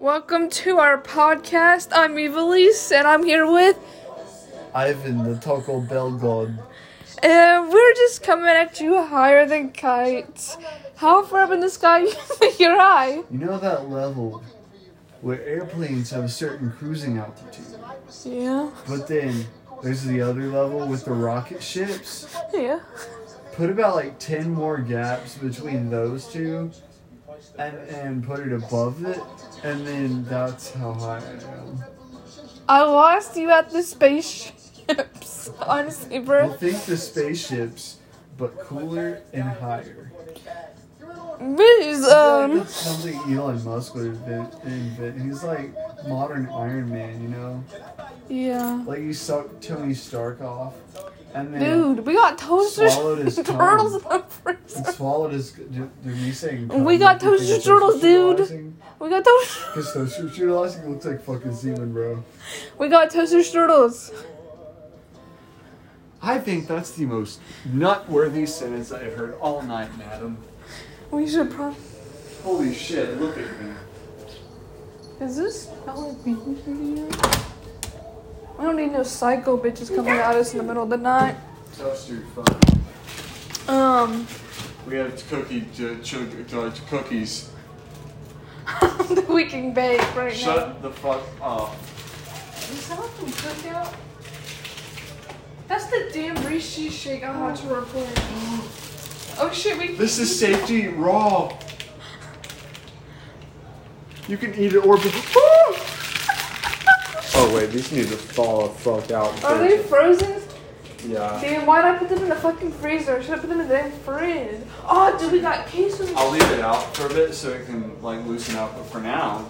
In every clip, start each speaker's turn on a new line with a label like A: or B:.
A: Welcome to our podcast. I'm Evilise, and I'm here with,
B: Ivan the Taco Bell God.
A: and we're just coming at you higher than kites. How far up in the sky is your eye?
B: You know that level where airplanes have a certain cruising altitude,
A: Yeah,
B: but then there's the other level with the rocket ships.
A: yeah.
B: Put about like 10 more gaps between those two and, and put it above it, and then that's how high I am.
A: I lost you at the spaceships. Honestly,
B: Well,
A: bro.
B: think the spaceships, but cooler and higher.
A: Biz, um,
B: That's something Elon Musk would invent. invent. He's like modern Iron Man, you know?
A: yeah.
B: Like you sucked Tony Stark off, and then
A: Dude, we got toaster
B: Swallowed his tongue.
A: turtles in the
B: and
A: freezer.
B: swallowed his. Did we say?
A: We got Toaster Turtles, dude. We got toaster.
B: Because toaster turtles looks like fucking semen, bro.
A: We got toaster turtles.
B: I think that's the most nut-worthy sentence I've heard all night, madam.
A: We should probably.
B: Holy shit! Look at me.
A: Is this smelling beans in here? I don't need no psycho bitches coming at us in the middle of the night.
B: Toaster fun.
A: Um,
B: We have cookie uh, ch- uh, cookies.
A: we can bake right
B: Shut the fuck up.
A: now. Is that from Cookout? That's the damn Rishi shake I had to report. Oh shit, we.
B: This is safety raw. You can eat it or. Oh wait, these need to fall the fuck out.
A: Are they frozen?
B: Yeah.
A: Damn, why'd I put them in the fucking freezer? I should have put them in the damn fridge. Oh, dude, we got quesos.
B: I'll leave it out for a bit so it can like loosen up. But for now,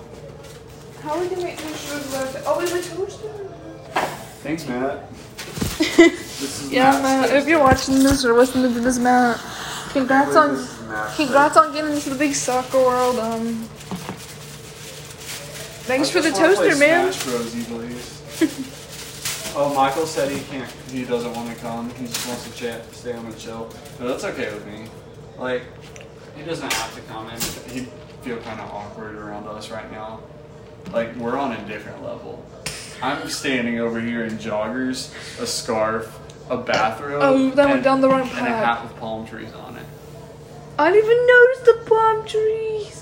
A: How are we gonna make toasters without. Oh, wait, we toasted.
B: thanks, Matt. This is
A: Yeah,
B: Matt's
A: Matt, if
B: toast.
A: you're watching this or listening to this, Matt, congrats on
B: This is Matt's
A: congrats on getting into the big soccer world. Um, thanks
B: I
A: for the
B: just wanna play
A: toaster, man.
B: Smash Bros, you please. oh, Michael said he can't. He doesn't want to come. He just wants to chat, stay home and chill. But that's okay with me. Like, he doesn't have to come, and he'd feel kind of awkward around us right now. Like, we're on a different level. I'm standing over here in joggers, a scarf, a bathrobe,
A: Oh, that went
B: and-
A: down the wrong
B: and a
A: path.
B: hat with palm trees on it.
A: I didn't even notice the palm trees.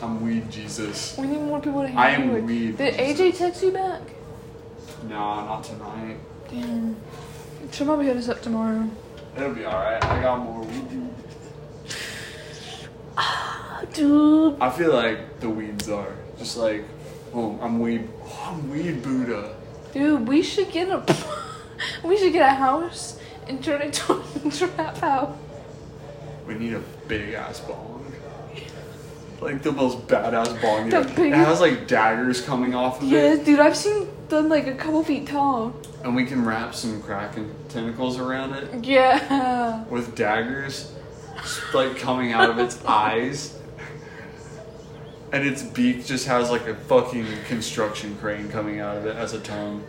B: I'm weed Jesus.
A: We need more people to hang
B: I am
A: with.
B: weed
A: Did AJ text you back?
B: Nah, not tonight.
A: Damn. She'll probably hit us up tomorrow.
B: It'll be alright. I got more weed.
A: Dude.
B: I feel like the weeds are just like, oh, I'm weed, oh, I'm weed Buddha.
A: Dude, we should get a we should get a house and turn it into a trap house.
B: We need a big ass bong, like the most badass bong.
A: The
B: ever. It
A: biggest-
B: has like daggers coming off of
A: Yeah,
B: it,
A: dude, I've seen them like a couple feet tall.
B: and we can wrap some crack and tentacles around it
A: Yeah.
B: with daggers, just, like coming out of its eyes. And its beak just has like a fucking construction crane coming out of it as a tongue.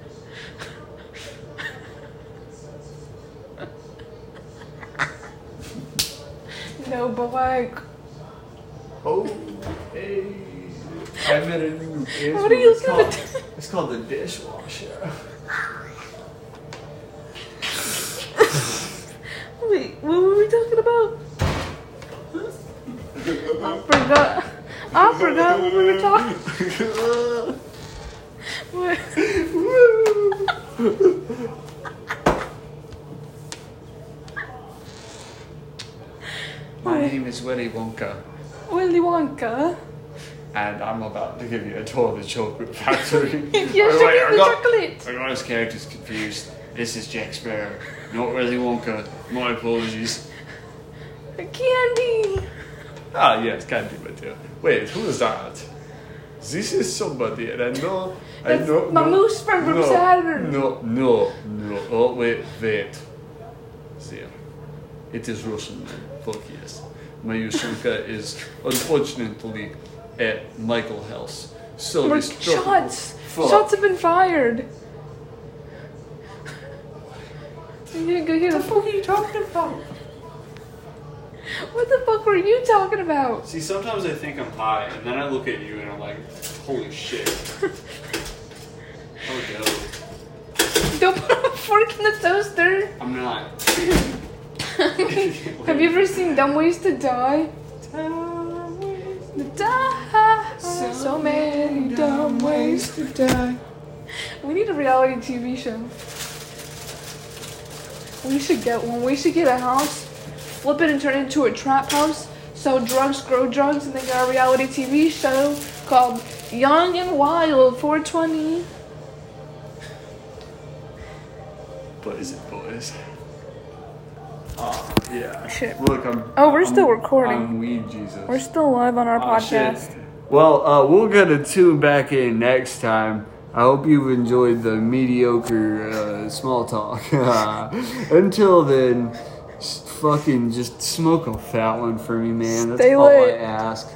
A: No, but like,
B: Oh, hey. I met a new business.
A: What are you
B: it's
A: looking
B: called,
A: at?
B: it's called the dishwasher.
A: wait, what were we talking about? I forgot. I forgot what we were talking.
B: My name is Willy Wonka,
A: Willy Wonka.
B: and I'm about to give you a tour of the chocolate factory.
A: Yes, you
B: Oh, wait,
A: give
B: I
A: the
B: got-
A: chocolate.
B: I got his characters confused. This is Jack Sparrow, not Willy Wonka. My apologies.
A: Candy.
B: Ah, yes, candy material. Wait, who is that? This is somebody, and I know. I
A: That's
B: know.
A: my
B: no,
A: moose friend from
B: no,
A: Saturn.
B: No, no, no. Oh, wait, wait. There. It is Russian, man. Fuck yes. My Yushchenko is unfortunately at Michael House. So
A: We're-
B: this
A: shots.
B: Fuck.
A: Shots have been fired. You didn't go hear the.
B: fuck are you talking about?
A: What the fuck were you talking about?
B: See, sometimes I think I'm high, and then I look at you and I'm like, holy shit. Oh, no.
A: Don't put a fork in the toaster.
B: I'm not.
A: Have you ever seen Dumb Ways to Die? Die. So, many dumb ways.
B: to die.
A: We need a reality TV show. We should get one. We should get a house, flip it and turn it into a trap house, sell drugs, grow drugs, and then get a reality TV show called Young and Wild 420.
B: But is it boys? Oh, yeah.
A: Shit.
B: Look, I'm.
A: Oh, we're still
B: I'm-
A: recording.
B: I'm weed Jesus.
A: We're still live on our
B: Aw, Oh, shit.
A: podcast.
B: Well, uh, we'll get a tune back in next time. I hope you've enjoyed the mediocre uh, small talk. Until then, s fucking just smoke a fat one for me, man. That's
A: Stay
B: all
A: lit.
B: I ask.